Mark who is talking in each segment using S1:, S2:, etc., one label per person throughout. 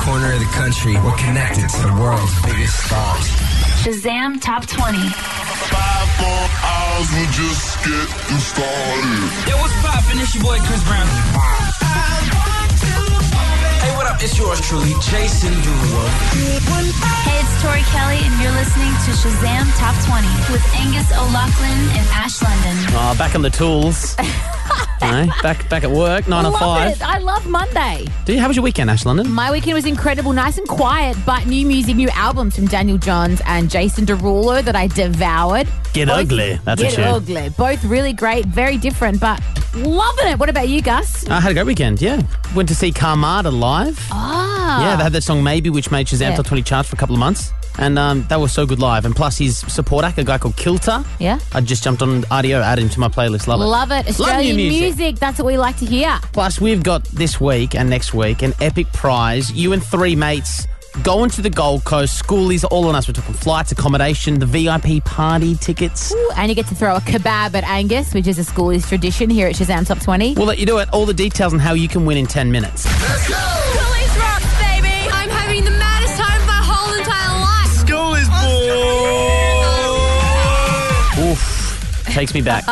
S1: corner of the country, we're connected to the world's biggest stars.
S2: Shazam Top 20.
S3: Five more hours, we're just getting started.
S4: Yo, what's poppin'? It's your boy Chris Brown. Hey, what up? It's yours truly, Jason Derulo.
S2: Hey, it's Tori Kelly, and you're listening to Shazam Top 20 with Angus O'Loughlin and Ash London.
S5: Oh, back on the tools. Eh? Back back at work, nine to
S6: love
S5: five.
S6: it. I love Monday.
S5: Do you, how was your weekend, Ash London?
S6: My weekend was incredible, nice and quiet, but new music, new albums from Daniel Johns and Jason Derulo that I devoured.
S5: Get
S6: Both-
S5: ugly. That's
S6: Get
S5: a tune.
S6: ugly. Both really great, very different, but loving it. What about you, Gus?
S5: I Ah, had a great weekend, yeah. Went to see Carmada live.
S6: Ah,
S5: Yeah, they had that song Maybe, which made Shazam
S6: Yeah.
S5: Top 20 charts for a couple of months. And um, that was so good live. And plus his support act, a guy called Kilter.
S6: Yeah.
S5: I just jumped on RDO, added him to my playlist. Love it.
S6: love it. Australian
S5: music.
S6: That's what we like to hear.
S5: Plus, we've got this week and next week an epic prize. You and three mates going to the Gold Coast. Schoolies, all on us. We're talking flights, accommodation, the VIP party tickets.
S6: Ooh, And you get to throw a kebab at Angus, which is a schoolies tradition here at Shazam Top 20.
S5: We'll let you do it. All the details on how you can win in 10 minutes.
S7: Schoolies rocks, baby! I'm having the maddest time of my whole entire life.
S3: School is born.
S5: Oof. Takes me back.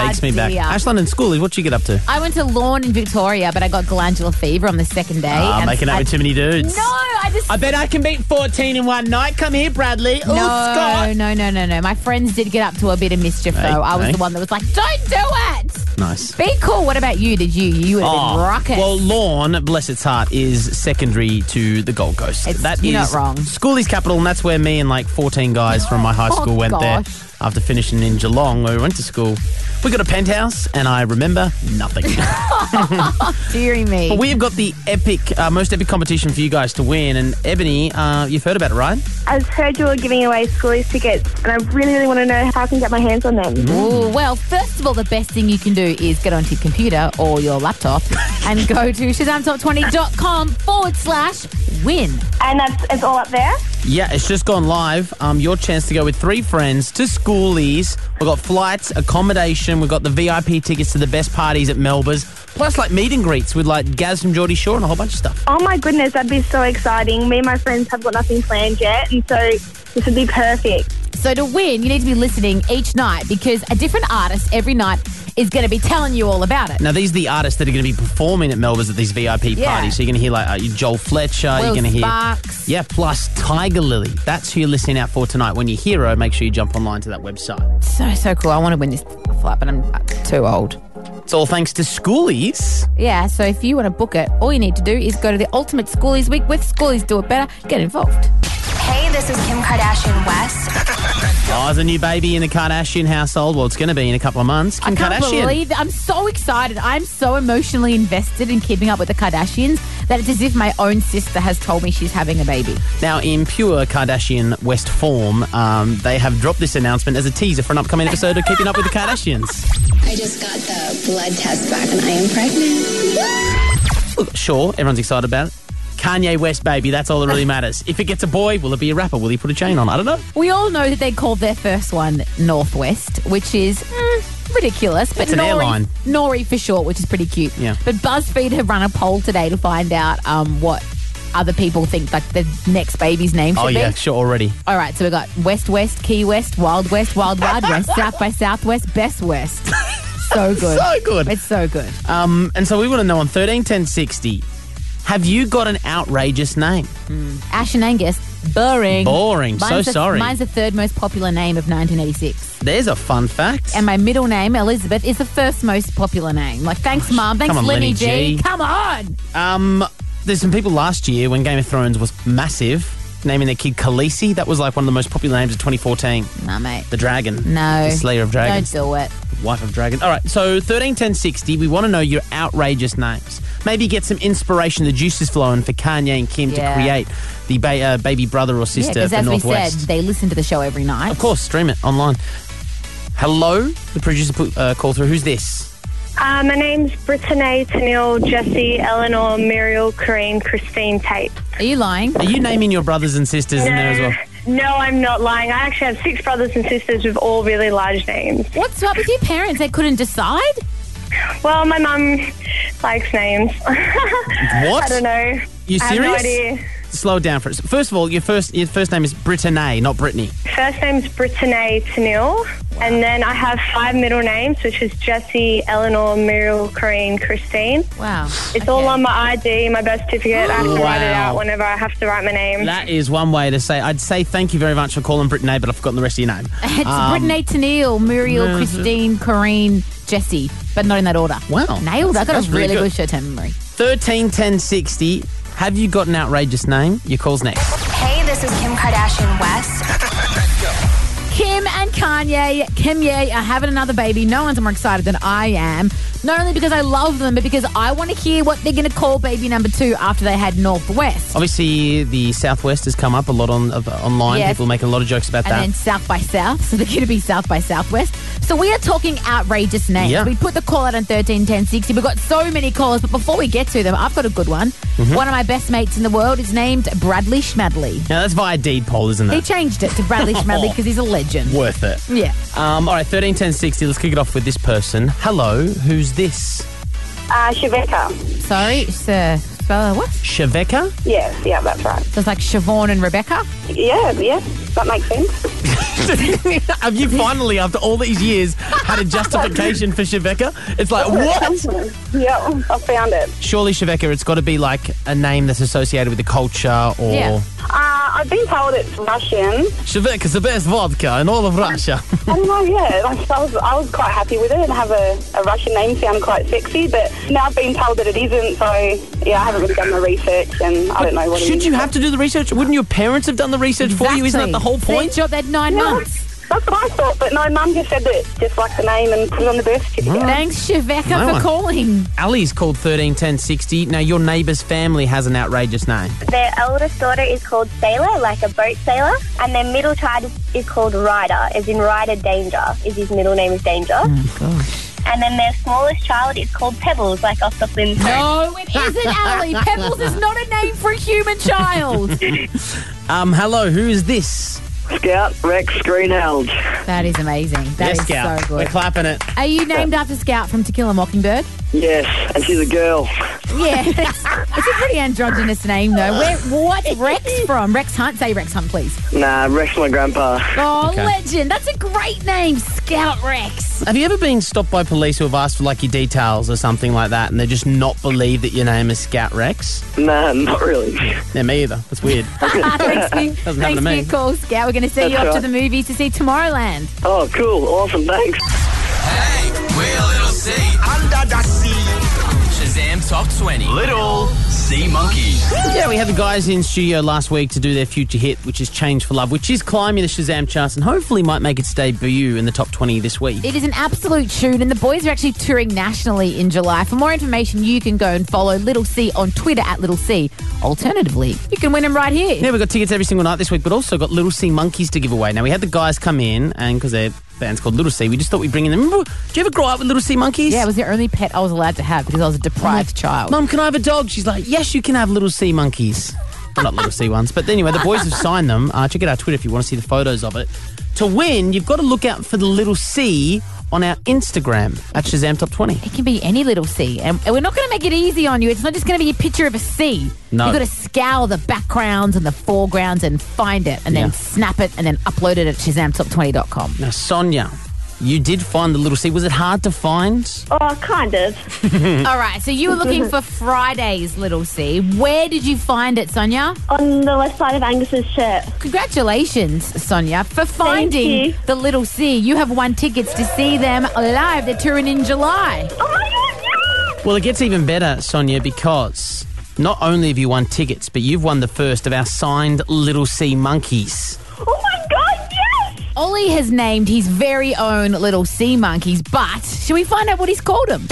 S5: Takes me back.
S6: Ah, dear.
S5: Ashland and Schoolies, what'd you get up to?
S6: I went to Lawn in Victoria, but I got glandular fever on the second day.
S5: Ah,
S6: and
S5: making out
S6: I-
S5: with too many dudes.
S6: No, I just
S5: I bet I can beat 14 in one night. Come here, Bradley. Oh,
S6: No,
S5: Scott.
S6: no, no, no, no. My friends did get up to a bit of mischief,
S5: Hey,
S6: though. I was
S5: hey.
S6: the one that was like, "Don't do it.
S5: Nice.
S6: Be cool." What about you? Did you? You would have
S5: Oh,
S6: been rocket.
S5: Well, Lawn, bless its heart, is secondary to the Gold Coast.
S6: It's-
S5: That
S6: you're not
S5: is
S6: wrong.
S5: Schoolies capital, and that's where me and like 14 guys from my high
S6: Oh,
S5: school went there
S6: gosh.
S5: after finishing in Geelong where we went to school. We got a penthouse, and I remember nothing.
S6: Deary me.
S5: but we've got the epic, uh, most epic competition for you guys to win. And Ebony, uh, you've heard about it, right?
S8: I've heard you're giving away schoolies tickets, and I really, really want to know how I can get my hands on them.
S6: Ooh, well, first of all, the best thing you can do is get onto your computer or your laptop and go to shazamtop20.com forward slash win.
S8: And that's it's all up there.
S5: Yeah, it's just gone live. Um, your chance to go with three friends to schoolies. We've got flights, accommodation. We've got the VIP tickets to the best parties at Melba's. Plus, like meet and greets with like Gaz from Geordie Shore and a whole bunch of stuff.
S8: Oh my goodness, that'd be so exciting. Me and my friends have got nothing planned yet, and so this would be perfect.
S6: So to win, you need to be listening each night because a different artist every night is going to be telling you all about it.
S5: Now, these are the artists that are going to be performing at Melba's at these VIP
S6: Yeah.
S5: parties. So you're going to hear like uh, your Joel Fletcher.
S6: Will
S5: you're going to hear.
S6: Sparks.
S5: Yeah, plus Tiger Lily. That's who you're listening out for tonight. When you hear her, make sure you jump online to that website.
S6: So so cool. I want to win this flight, but I'm uh, too old.
S5: It's all thanks to Schoolies.
S6: Yeah, so if you want to book it, all you need to do is go to the Ultimate Schoolies Week with Schoolies Do It Better. Get involved.
S7: Hey, this is Kim Kardashian West.
S5: Oh, there's a new baby in the Kardashian household. Well, it's going to be in a couple of months. Kim
S6: I can't
S5: Kardashian.
S6: believe I'm so excited. I'm so emotionally invested in keeping up with the Kardashians that it's as if my own sister has told me she's having a baby.
S5: Now, in pure Kardashian West form, um, they have dropped this announcement as a teaser for an upcoming episode of Keeping Up with the Kardashians.
S9: I just got the blood test back and I am pregnant.
S5: Look, sure, everyone's excited about it. Kanye West, baby, that's all that really matters. If it gets a boy, will it be a rapper? Will he put a chain on? I don't know.
S6: We all know that they called their first one Northwest, which is mm, ridiculous. But
S5: It's an
S6: Nori,
S5: airline.
S6: Nori for short, which is pretty cute.
S5: Yeah.
S6: But BuzzFeed have run a poll today to find out um, what other people think like the next baby's name should
S5: Oh,
S6: be.
S5: yeah, sure, already.
S6: All right, so we got West West, Key West, Wild West, Wild Wild West, South by Southwest, Best West. So good.
S5: So good.
S6: It's so good.
S5: Um, and so we want to know on 131060, have you got an outrageous name?
S6: Ash and Angus, boring.
S5: Boring, so
S6: Mine's the-
S5: sorry.
S6: Mine's the third most popular name of 1986.
S5: There's a fun fact.
S6: And my middle name, Elizabeth, is the first most popular name. Like, thanks, Mum. Thanks,
S5: Come on,
S6: Lenny
S5: Lenny
S6: G.
S5: G.
S6: Come on.
S5: Um, there's some people last year when Game of Thrones was massive, naming their kid Khaleesi. That was like one of the most popular names of 2014.
S6: Nah, mate.
S5: The dragon.
S6: No.
S5: The slayer of dragons.
S6: Don't do it.
S5: Wife of Dragon. All right, so 131060, we want to know your outrageous names. Maybe get some inspiration, the juices flowing for Kanye and Kim
S6: Yeah.
S5: to create the ba- uh, baby brother or
S6: Yeah,
S5: sister
S6: because
S5: for
S6: as we said,
S5: Northwest.
S6: they listen to the show every night.
S5: Of course, stream it online. Hello, the producer put uh, call through. Who's this?
S8: Uh, my name's Brittany, Tanil, Jesse, Eleanor, Muriel, Corrine, Christine, Tate.
S6: Are you lying?
S5: Are you naming your brothers and sisters in there as well?
S8: No, I'm not lying. I actually have six brothers and sisters with all really large names.
S6: What's up with your parents? They couldn't decide?
S8: Well, my mum likes names.
S5: What?
S8: I don't know.
S5: You
S8: I have no
S5: serious?
S8: idea.
S5: slow it down for us. First of all, your first your first name is Brittany, not Brittany.
S8: First name's Brittany Tanil. And then I have five middle names, which is Jesse, Eleanor, Muriel, Corinne, Christine.
S6: Wow.
S8: It's all on my ID, my birth certificate. I have to write it
S5: Wow.
S8: out whenever I have to write my name.
S5: That is one way to say. I'd say thank you very much for calling Brittany, but I've forgotten the rest of your name.
S6: It's
S5: Um,
S6: Brittany Tennille, Muriel,
S5: no, it's-
S6: Christine, Corinne, Jessie, but not in that order.
S5: Wow.
S6: Nailed. I got
S5: That's
S6: a really
S5: really good.
S6: good short term memory.
S5: Thirteen ten sixty. Have you got an outrageous name? Your call's next.
S2: Hey, this is Kim Kardashian West.
S6: Kim and Kanye, Kim Ye are having another baby. No one's more excited than I am. Not only because I love them, but because I want to hear what they're going to call baby number two after they had Northwest.
S5: Obviously, the Southwest has come up a lot on of, online.
S6: Yes.
S5: People make a lot of jokes about
S6: and
S5: that.
S6: then South by South. So they're going to be South by Southwest. So we are talking outrageous names.
S5: Yeah.
S6: We put the call out on 13 10 60. We've got so many calls, but before we get to them, I've got a good one.
S5: Mm-hmm.
S6: One of my best mates in the world is named Bradley Schmadley.
S5: now that's via deed poll, isn't
S6: He
S5: it?
S6: changed it to Bradley Schmadley because he's a legend.
S5: Worth it.
S6: Yeah.
S5: Um, all right, thirteen ten sixty. Let's kick it off with this person. Hello, who's this?
S10: Uh, Shiveka.
S6: Sorry, sir. Spell what? So
S5: Sheveka?
S10: Yes, yeah, that's right.
S6: it's like Siobhan and Rebecca.
S10: Yeah, yeah, that makes sense.
S5: Have you finally, after all these years, had a justification for Sheveka? It's like what?
S10: yeah, I found it.
S5: Surely, Sheveka, it's got to be like a name that's associated with the culture or.
S6: Yeah.
S10: Uh, I've been told it's Russian.
S5: Sheveka's the best vodka in all of Russia.
S10: I don't know, yeah. Like, I, was, I was quite happy with it and have a, a Russian name sound quite sexy, but now I've been told that it isn't, so yeah, I haven't really done my research and I don't know what it
S5: Should
S10: is.
S5: you have to do the research? Wouldn't your parents have done the research for you? Isn't that the whole
S6: Exactly.
S5: point?
S6: Their job, they had nine
S10: Yeah,
S6: months.
S10: That's what I thought, but no, Mum just said that just like the name and put it on the birth certificate.
S6: Thanks, Shiveka,
S5: No
S6: for
S5: one.
S6: calling.
S5: Ali's called 131060. Now, your neighbour's family has an outrageous name.
S8: Their eldest daughter is called Sailor, like a boat sailor, and their middle child is, is called Ryder, as in Ryder Danger, is his middle name is Danger.
S11: Oh
S8: And then their smallest child is called Pebbles, like off the Flintstones.
S6: No, it isn't, Ali. Pebbles is not a name for a human child.
S5: Um, hello, who is this?
S10: Scout Rex Greenhouse.
S6: That is amazing. That is
S5: yes, Scout.
S6: so
S5: We're
S6: good.
S5: clapping it.
S6: Are you named after Scout from To Kill a Mockingbird?
S10: Yes, and she's a girl.
S6: Yeah. it's a pretty androgynous name, though. Where, what's Rex from? Rex Hunt. Say Rex Hunt, please.
S10: Nah, Rex, my grandpa.
S6: Oh,
S5: Okay.
S6: legend. That's a great name, Scout Rex.
S5: Have you ever been stopped by police who have asked for like your details or something like that, and they just not believe that your name is Scout Rex?
S10: Nah, not really.
S5: Yeah, me either. That's weird.
S6: Ah, thanks for,
S5: Doesn't happen to
S6: thanks for
S5: me.
S6: your call, Scout. We're going to see you
S10: That's
S6: off to
S10: right.
S6: the movies to see Tomorrowland.
S10: Oh, cool. Awesome. Thanks.
S4: Hey, we're Little C. Under the sea. Shazam Top 20. Little Sea Monkeys.
S5: yeah, we had the guys in studio last week to do their future hit, which is Change for Love, which is climbing the Shazam charts and hopefully might make its debut in the top 20 this week.
S6: It is an absolute tune, and the boys are actually touring nationally in July. For more information, you can go and follow Little C on Twitter at Little C. Alternatively, you can win them right here.
S5: Yeah, we've got tickets every single night this week, but also got Little Sea Monkeys to give away. Now, we had the guys come in, and because their band's called Little Sea, we just thought we'd bring in them. Remember, did you ever grow up with Little Sea Monkeys?
S6: Yeah, it was the only pet I was allowed to have because I was a deprived child.
S5: Mum, can I have a dog? She's like, yes, you can have Little Sea Monkeys. Well, not Little Sea ones, but anyway, the boys have signed them. Uh, check out our Twitter if you want to see the photos of it. To win, you've got to look out for the Little Sea on our Instagram at Shazam Top 20.
S6: It can be any little C, and and we're not going to make it easy on you. It's not just going to be a picture of a C.
S5: No.
S6: You've got to scour the backgrounds and the foregrounds and find it, and then
S5: Yeah.
S6: snap it, and then upload it at ShazamTop20.com.
S5: Now, Sonia, you did find the Little Sea. Was it hard to find?
S8: Oh, kind of.
S6: All right, so you were looking for Friday's little C. Where did you find it, Sonia?
S8: On the left side of Angus's shirt.
S6: Congratulations, Sonia, for finding
S8: you.
S6: the Little C. You have won tickets to see them live. They're touring in July.
S8: Oh
S5: Well, it gets even better, Sonia, because not only have you won tickets, but you've won the first of our signed Little Sea Monkeys.
S8: Oh my god, yes!
S6: Ollie has named his very own little sea monkeys, but should we find out what he's called them?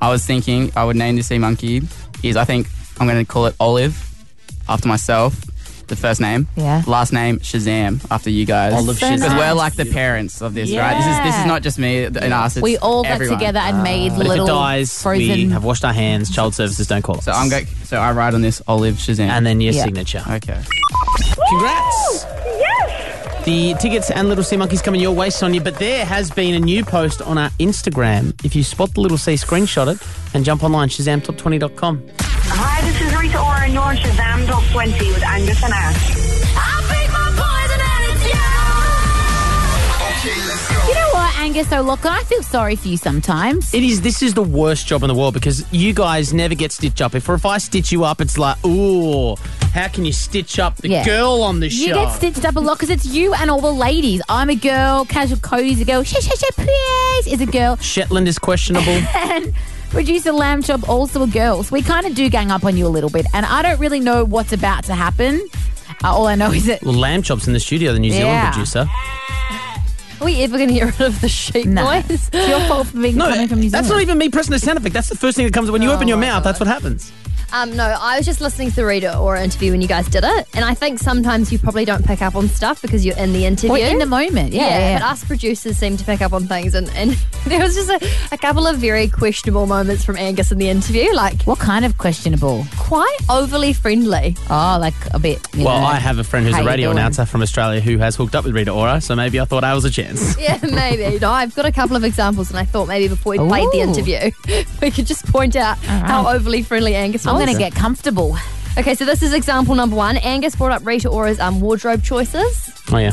S11: I was thinking I would name the sea monkey is I think I'm going to call it Olive after myself, the first name.
S6: Yeah.
S11: Last name Shazam after you guys.
S5: Olive So Shazam.
S11: Because
S6: nice.
S11: we're like the parents of this, right? This is this
S6: Yeah.
S11: is not just me and us. It's
S6: We all got
S11: everyone.
S6: together and made
S5: But
S6: little
S5: if it dies,
S6: frozen.
S5: we have washed our hands. Child services don't call us.
S11: So I'm going. So I write on this Olive Shazam.
S5: And then your
S6: Yeah.
S5: signature.
S11: okay.
S5: Congrats! The tickets and Little Sea Monkeys coming your way, Sonia. But there has been a new post on our Instagram. If you spot the Little Sea, screenshot it and jump online, shazamtop20.com.
S12: Hi, this is Rita Ora, and you're on Shazam Top 20 with Angus and Ash. I beat my boys and
S6: You know what, Angus? Though, look, I feel sorry for you sometimes.
S5: It is. This is the worst job in the world because you guys never get stitched up. If if I stitch you up, it's like, ooh, how can you stitch up the
S6: Yeah.
S5: girl on the show?
S6: You get stitched up a lot because it's you and all the ladies. I'm a girl, casual Cody's a girl, shit, shit, shit, please is a girl.
S5: Shetland is questionable.
S6: and producer Lamb Chop also a girl. So we kind of do gang up on you a little bit. And I don't really know what's about to happen. Uh, all I know is that
S5: well, Lamb Chop's in the studio, the New Zealand
S6: Yeah.
S5: producer.
S13: Are we ever going to get rid of the sheep noise?
S6: It's your fault for being
S5: coming from New That's not even me pressing the sound effect. That's the first thing that comes when you
S6: Oh
S5: open your mouth. That's what happens.
S13: Um, no, I was just listening to the Rita Ora interview when you guys did it, and I think sometimes you probably don't pick up on stuff because you're in the interview.
S6: Well, in the moment, yeah, yeah.
S13: But us producers seem to pick up on things, and, and there was just a, a couple of very questionable moments from Angus in the interview, like
S6: what kind of questionable?
S13: quite overly friendly.
S6: Oh, like a bit. you
S5: well,
S6: know.
S5: I have a friend who's
S6: How
S5: a
S6: you
S5: radio
S6: doing?
S5: announcer from Australia who has hooked up with Rita Ora, so maybe I thought I was a chance.
S13: Yeah, maybe. No, I've got a couple of examples, and I thought maybe before we played the
S6: Ooh.
S13: interview, we could just point out how overly friendly Angus was.
S6: I'm going to get comfortable.
S5: Oh.
S13: Okay, so this is example number one. Angus brought up Rita Ora's um, wardrobe choices.
S5: Oh, yeah.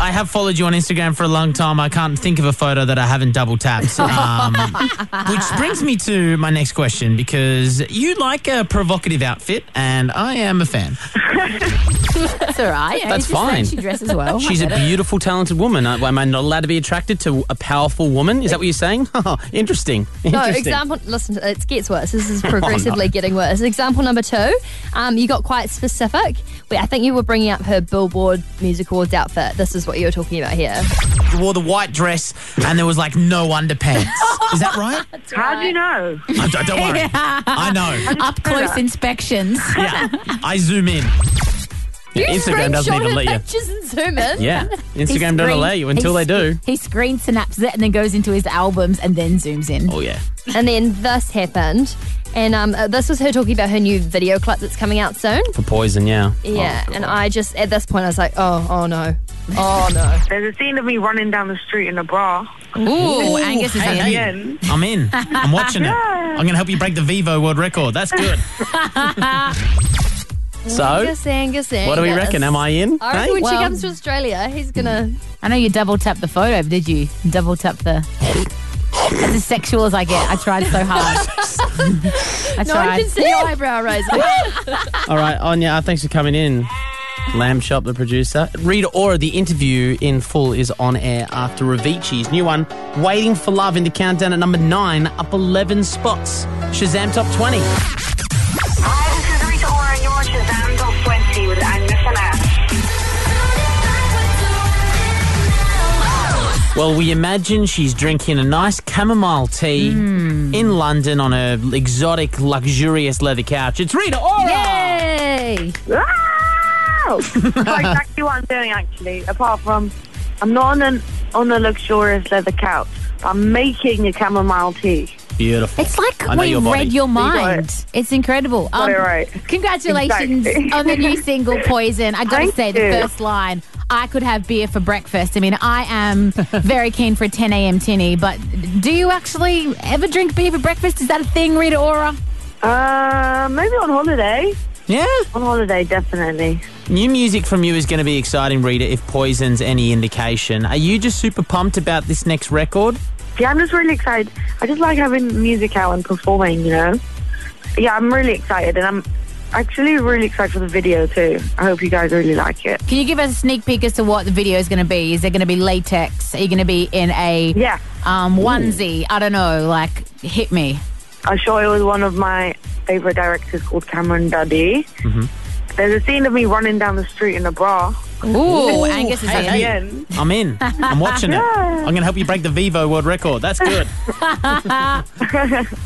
S5: I have followed you on Instagram for a long time. I can't think of a photo that I haven't double tapped. Um, which brings me to my next question because you like a provocative outfit, and I am a fan.
S6: That's all right.
S5: That's
S6: It's just that
S5: fine.
S6: She dresses well. I
S5: She's a
S6: get it.
S5: beautiful, talented woman. I- Am I not allowed to be attracted to a powerful woman? Is that what you're saying? Interesting. Interesting.
S13: No, example, listen, it gets worse. This is
S5: Oh,
S13: progressively
S5: no.
S13: getting worse. Example number two, um, you got quite specific. Wait, I think you were bringing up her Billboard Music Awards outfit. This is what you were talking about here.
S5: You wore the white dress, and there was like no underpants. Is that right?
S13: How do you
S12: know?
S5: I, don't don't worry. I know.
S6: Up close inspections.
S5: Yeah. I zoom in. Yeah, Instagram doesn't even let you.
S13: Pictures and zoom in.
S5: Yeah,
S6: He
S5: Instagram don't
S6: screen-
S5: allow you until
S6: he
S5: they do.
S6: sc- He screen snaps it and then goes into his albums and then zooms in.
S5: Oh yeah.
S13: And then this happened, and um, uh, this was her talking about her new video clip that's coming out soon.
S5: For poison, yeah.
S13: Yeah,
S6: Oh,
S13: and I just at this point I was like, oh, oh no, oh no.
S12: There's a scene of me running down the street in a bra.
S13: Ooh,
S6: Angus is
S5: Hey,
S12: Again.
S5: I'm in. I'm watching it. I'm going to help you break the Vivo world record. That's good. So,
S13: Angus,
S6: Oh?
S13: Angus, Angus.
S5: what do we reckon? Am I in?
S13: I reckon
S5: Hey?
S13: when
S6: Well-
S13: she comes to Australia, he's gonna.
S6: I know you double tapped the photo, but did you? Double tap the. That's as sexual as I get. I tried so hard. I
S13: no one
S6: tried.
S13: can see your eyebrow raising.
S5: All right, Anya, uh, thanks for coming in. Lamb Shop, the producer. Rita Ora, the interview in full is on air after Avicii's new one, Waiting for Love, in the countdown at number nine, up 11 spots. Shazam Top 20.
S12: Hi, this is Rita Ora, and you're on Shazam Top 20 with Angus and Ash.
S5: Well, we imagine she's drinking a nice chamomile tea
S12: Hmm.
S5: in London on a exotic, luxurious leather couch. It's Rita Ora!
S13: Yay!
S12: Wow! That's exactly what I'm doing, actually. Apart from, I'm not on an on a luxurious leather couch. I'm making a chamomile tea.
S5: Beautiful.
S6: It's like
S5: I know
S6: we
S5: your body.
S6: read your
S12: got
S6: mind. It's incredible.
S12: Got it right.
S6: Congratulations
S12: Exactly.
S6: on the new single Poison. I gotta
S12: Thank
S6: say, the
S12: you.
S6: first line I could have beer for breakfast. I mean, I am very keen for a 10 a.m. tinny, but do you actually ever drink beer for breakfast? Is that a thing, Rita Ora?
S12: Uh, maybe on holiday.
S5: Yeah?
S12: On holiday, definitely.
S5: New music from you is going to be exciting, Rita, if Poison's any indication. Are you just super pumped about this next record?
S12: Yeah, I'm just really excited. I just like having music out and performing, you know. Yeah, I'm really excited, and I'm actually really excited for the video too. I hope you guys really like it.
S6: Can you give us a sneak peek as to what the video is going to be? Is it going to be latex? Are you going to be in a
S12: yeah
S6: um, onesie? I don't know. Like, hit me.
S12: I'm sure it was one of my favorite directors called Cameron Duddy. There's a scene of me running down the street in a bra.
S6: Ooh, Angus is in.
S12: Again.
S5: I'm in. I'm watching it. I'm going to help you break the Vivo world record. That's good.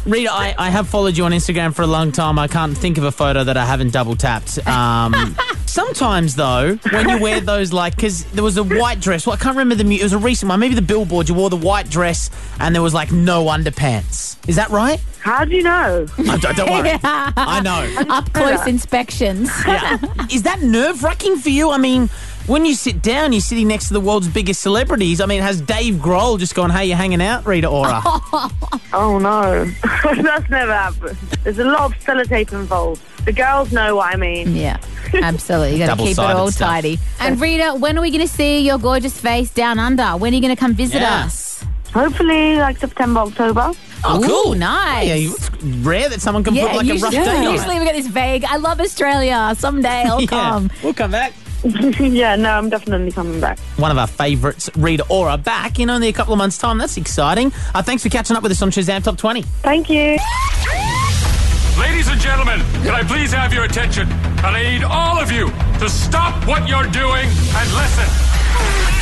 S5: Rita, I, I have followed you on Instagram for a long time. I can't think of a photo that I haven't double tapped. Um, sometimes, though, when you wear those, like, because there was a white dress. Well, I can't remember the mu It was a recent one. Maybe the billboard. You wore the white dress and there was, like, no underpants. Is that right?
S12: How do you know?
S5: I don't, don't worry. I know.
S6: Up close inspections.
S5: Yeah. Is that nerve wracking for you? I mean, when you sit down, you're sitting next to the world's biggest celebrities. I mean, it has Dave Grohl just gone, hey, you're hanging out, Rita Ora?
S12: oh no, that's never happened. There's a lot of sellotape involved. The girls know what I mean.
S6: Yeah, absolutely. You got to keep it all tidy.
S12: Double-sided stuff.
S6: And Rita, when are we going to see your gorgeous face down under? When are you going to come visit us?
S12: Hopefully, like September, October.
S5: Oh,
S6: Ooh,
S5: cool.
S6: nice.
S5: Yeah, you- it's rare that someone can put like a
S6: usually,
S5: rough date on
S6: usually
S5: it.
S6: we get this vague. I love Australia. Someday I'll
S5: Yeah.
S6: come.
S5: We'll come back.
S12: yeah, no, I'm definitely coming back.
S5: One of our favourites, Rita Ora, back in only a couple of months' time. That's exciting. Uh, thanks for catching up with us on Shazam Top 20.
S12: Thank you.
S14: Ladies and gentlemen, can I please have your attention? And I need all of you to stop what you're doing and listen.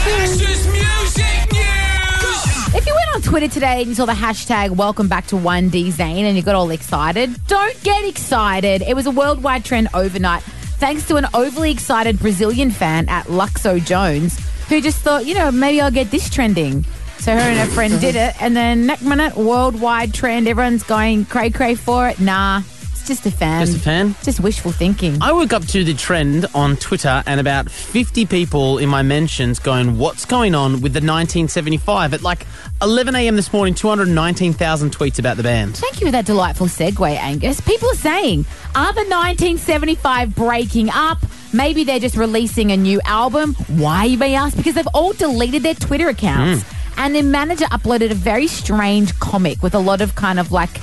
S14: Ashes Music News!
S6: If you went on Twitter today and you saw the hashtag welcome back to 1D Zane and you got all excited, don't get excited. It was a worldwide trend overnight thanks to an overly excited Brazilian fan at Luxo Jones who just thought, you know, maybe I'll get this trending. So her and her friend did it and then next minute, worldwide trend, everyone's going cray cray for it. Nah, it's just a fan.
S5: Just a fan?
S6: Just wishful thinking.
S5: I woke up to the trend on Twitter and about 50 people in my mentions going, What's going on with the 1975? At like 11 a.m. this morning, 219,000 tweets about the band.
S6: Thank you for that delightful segue, Angus. People are saying, are the 1975 breaking up? Maybe they're just releasing a new album. Why, you may ask? Because they've all deleted their Twitter accounts. And their manager uploaded a very strange comic with a lot of kind of like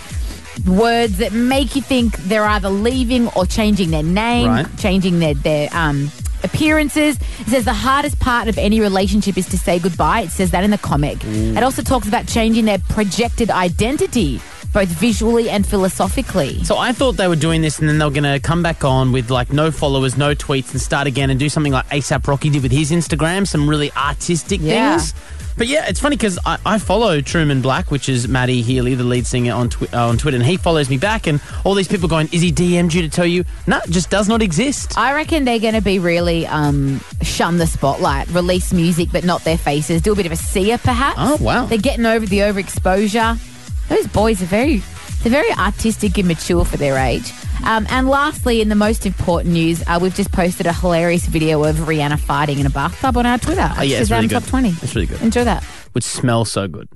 S6: words that make you think they're either leaving or changing their name,
S15: Right.
S6: changing their their um, appearances. It says the hardest part of any relationship is to say goodbye. It says that in the comic.
S15: Mm.
S6: It also talks about changing their projected identity, both visually and philosophically.
S5: So I thought they were doing this and then they were going to come back on with like no followers, no tweets, and start again and do something like ASAP Rocky did with his Instagram, some really artistic
S6: Yeah.
S5: things. But yeah, it's funny because I, I follow Truman Black, which is Maddie Healy, the lead singer on twi- uh, on Twitter, and he follows me back. And all these people going, "Is he DM'd you to tell you?" No, it just does not exist.
S6: I reckon they're going to be really um, shun the spotlight, release music but not their faces, do a bit of a seer perhaps.
S5: Oh, wow.
S6: They're getting over the overexposure. Those boys are very, they're very artistic and mature for their age. Um, and lastly, in the most important news, uh, we've just posted a hilarious video of Rihanna fighting in a bathtub on our Twitter.
S5: Oh, yeah, it's
S6: Shazam
S5: really good.
S6: Top 20.
S5: It's really good.
S6: Enjoy that.
S5: Would smell so good.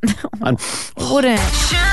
S5: I'm-
S6: Wouldn't.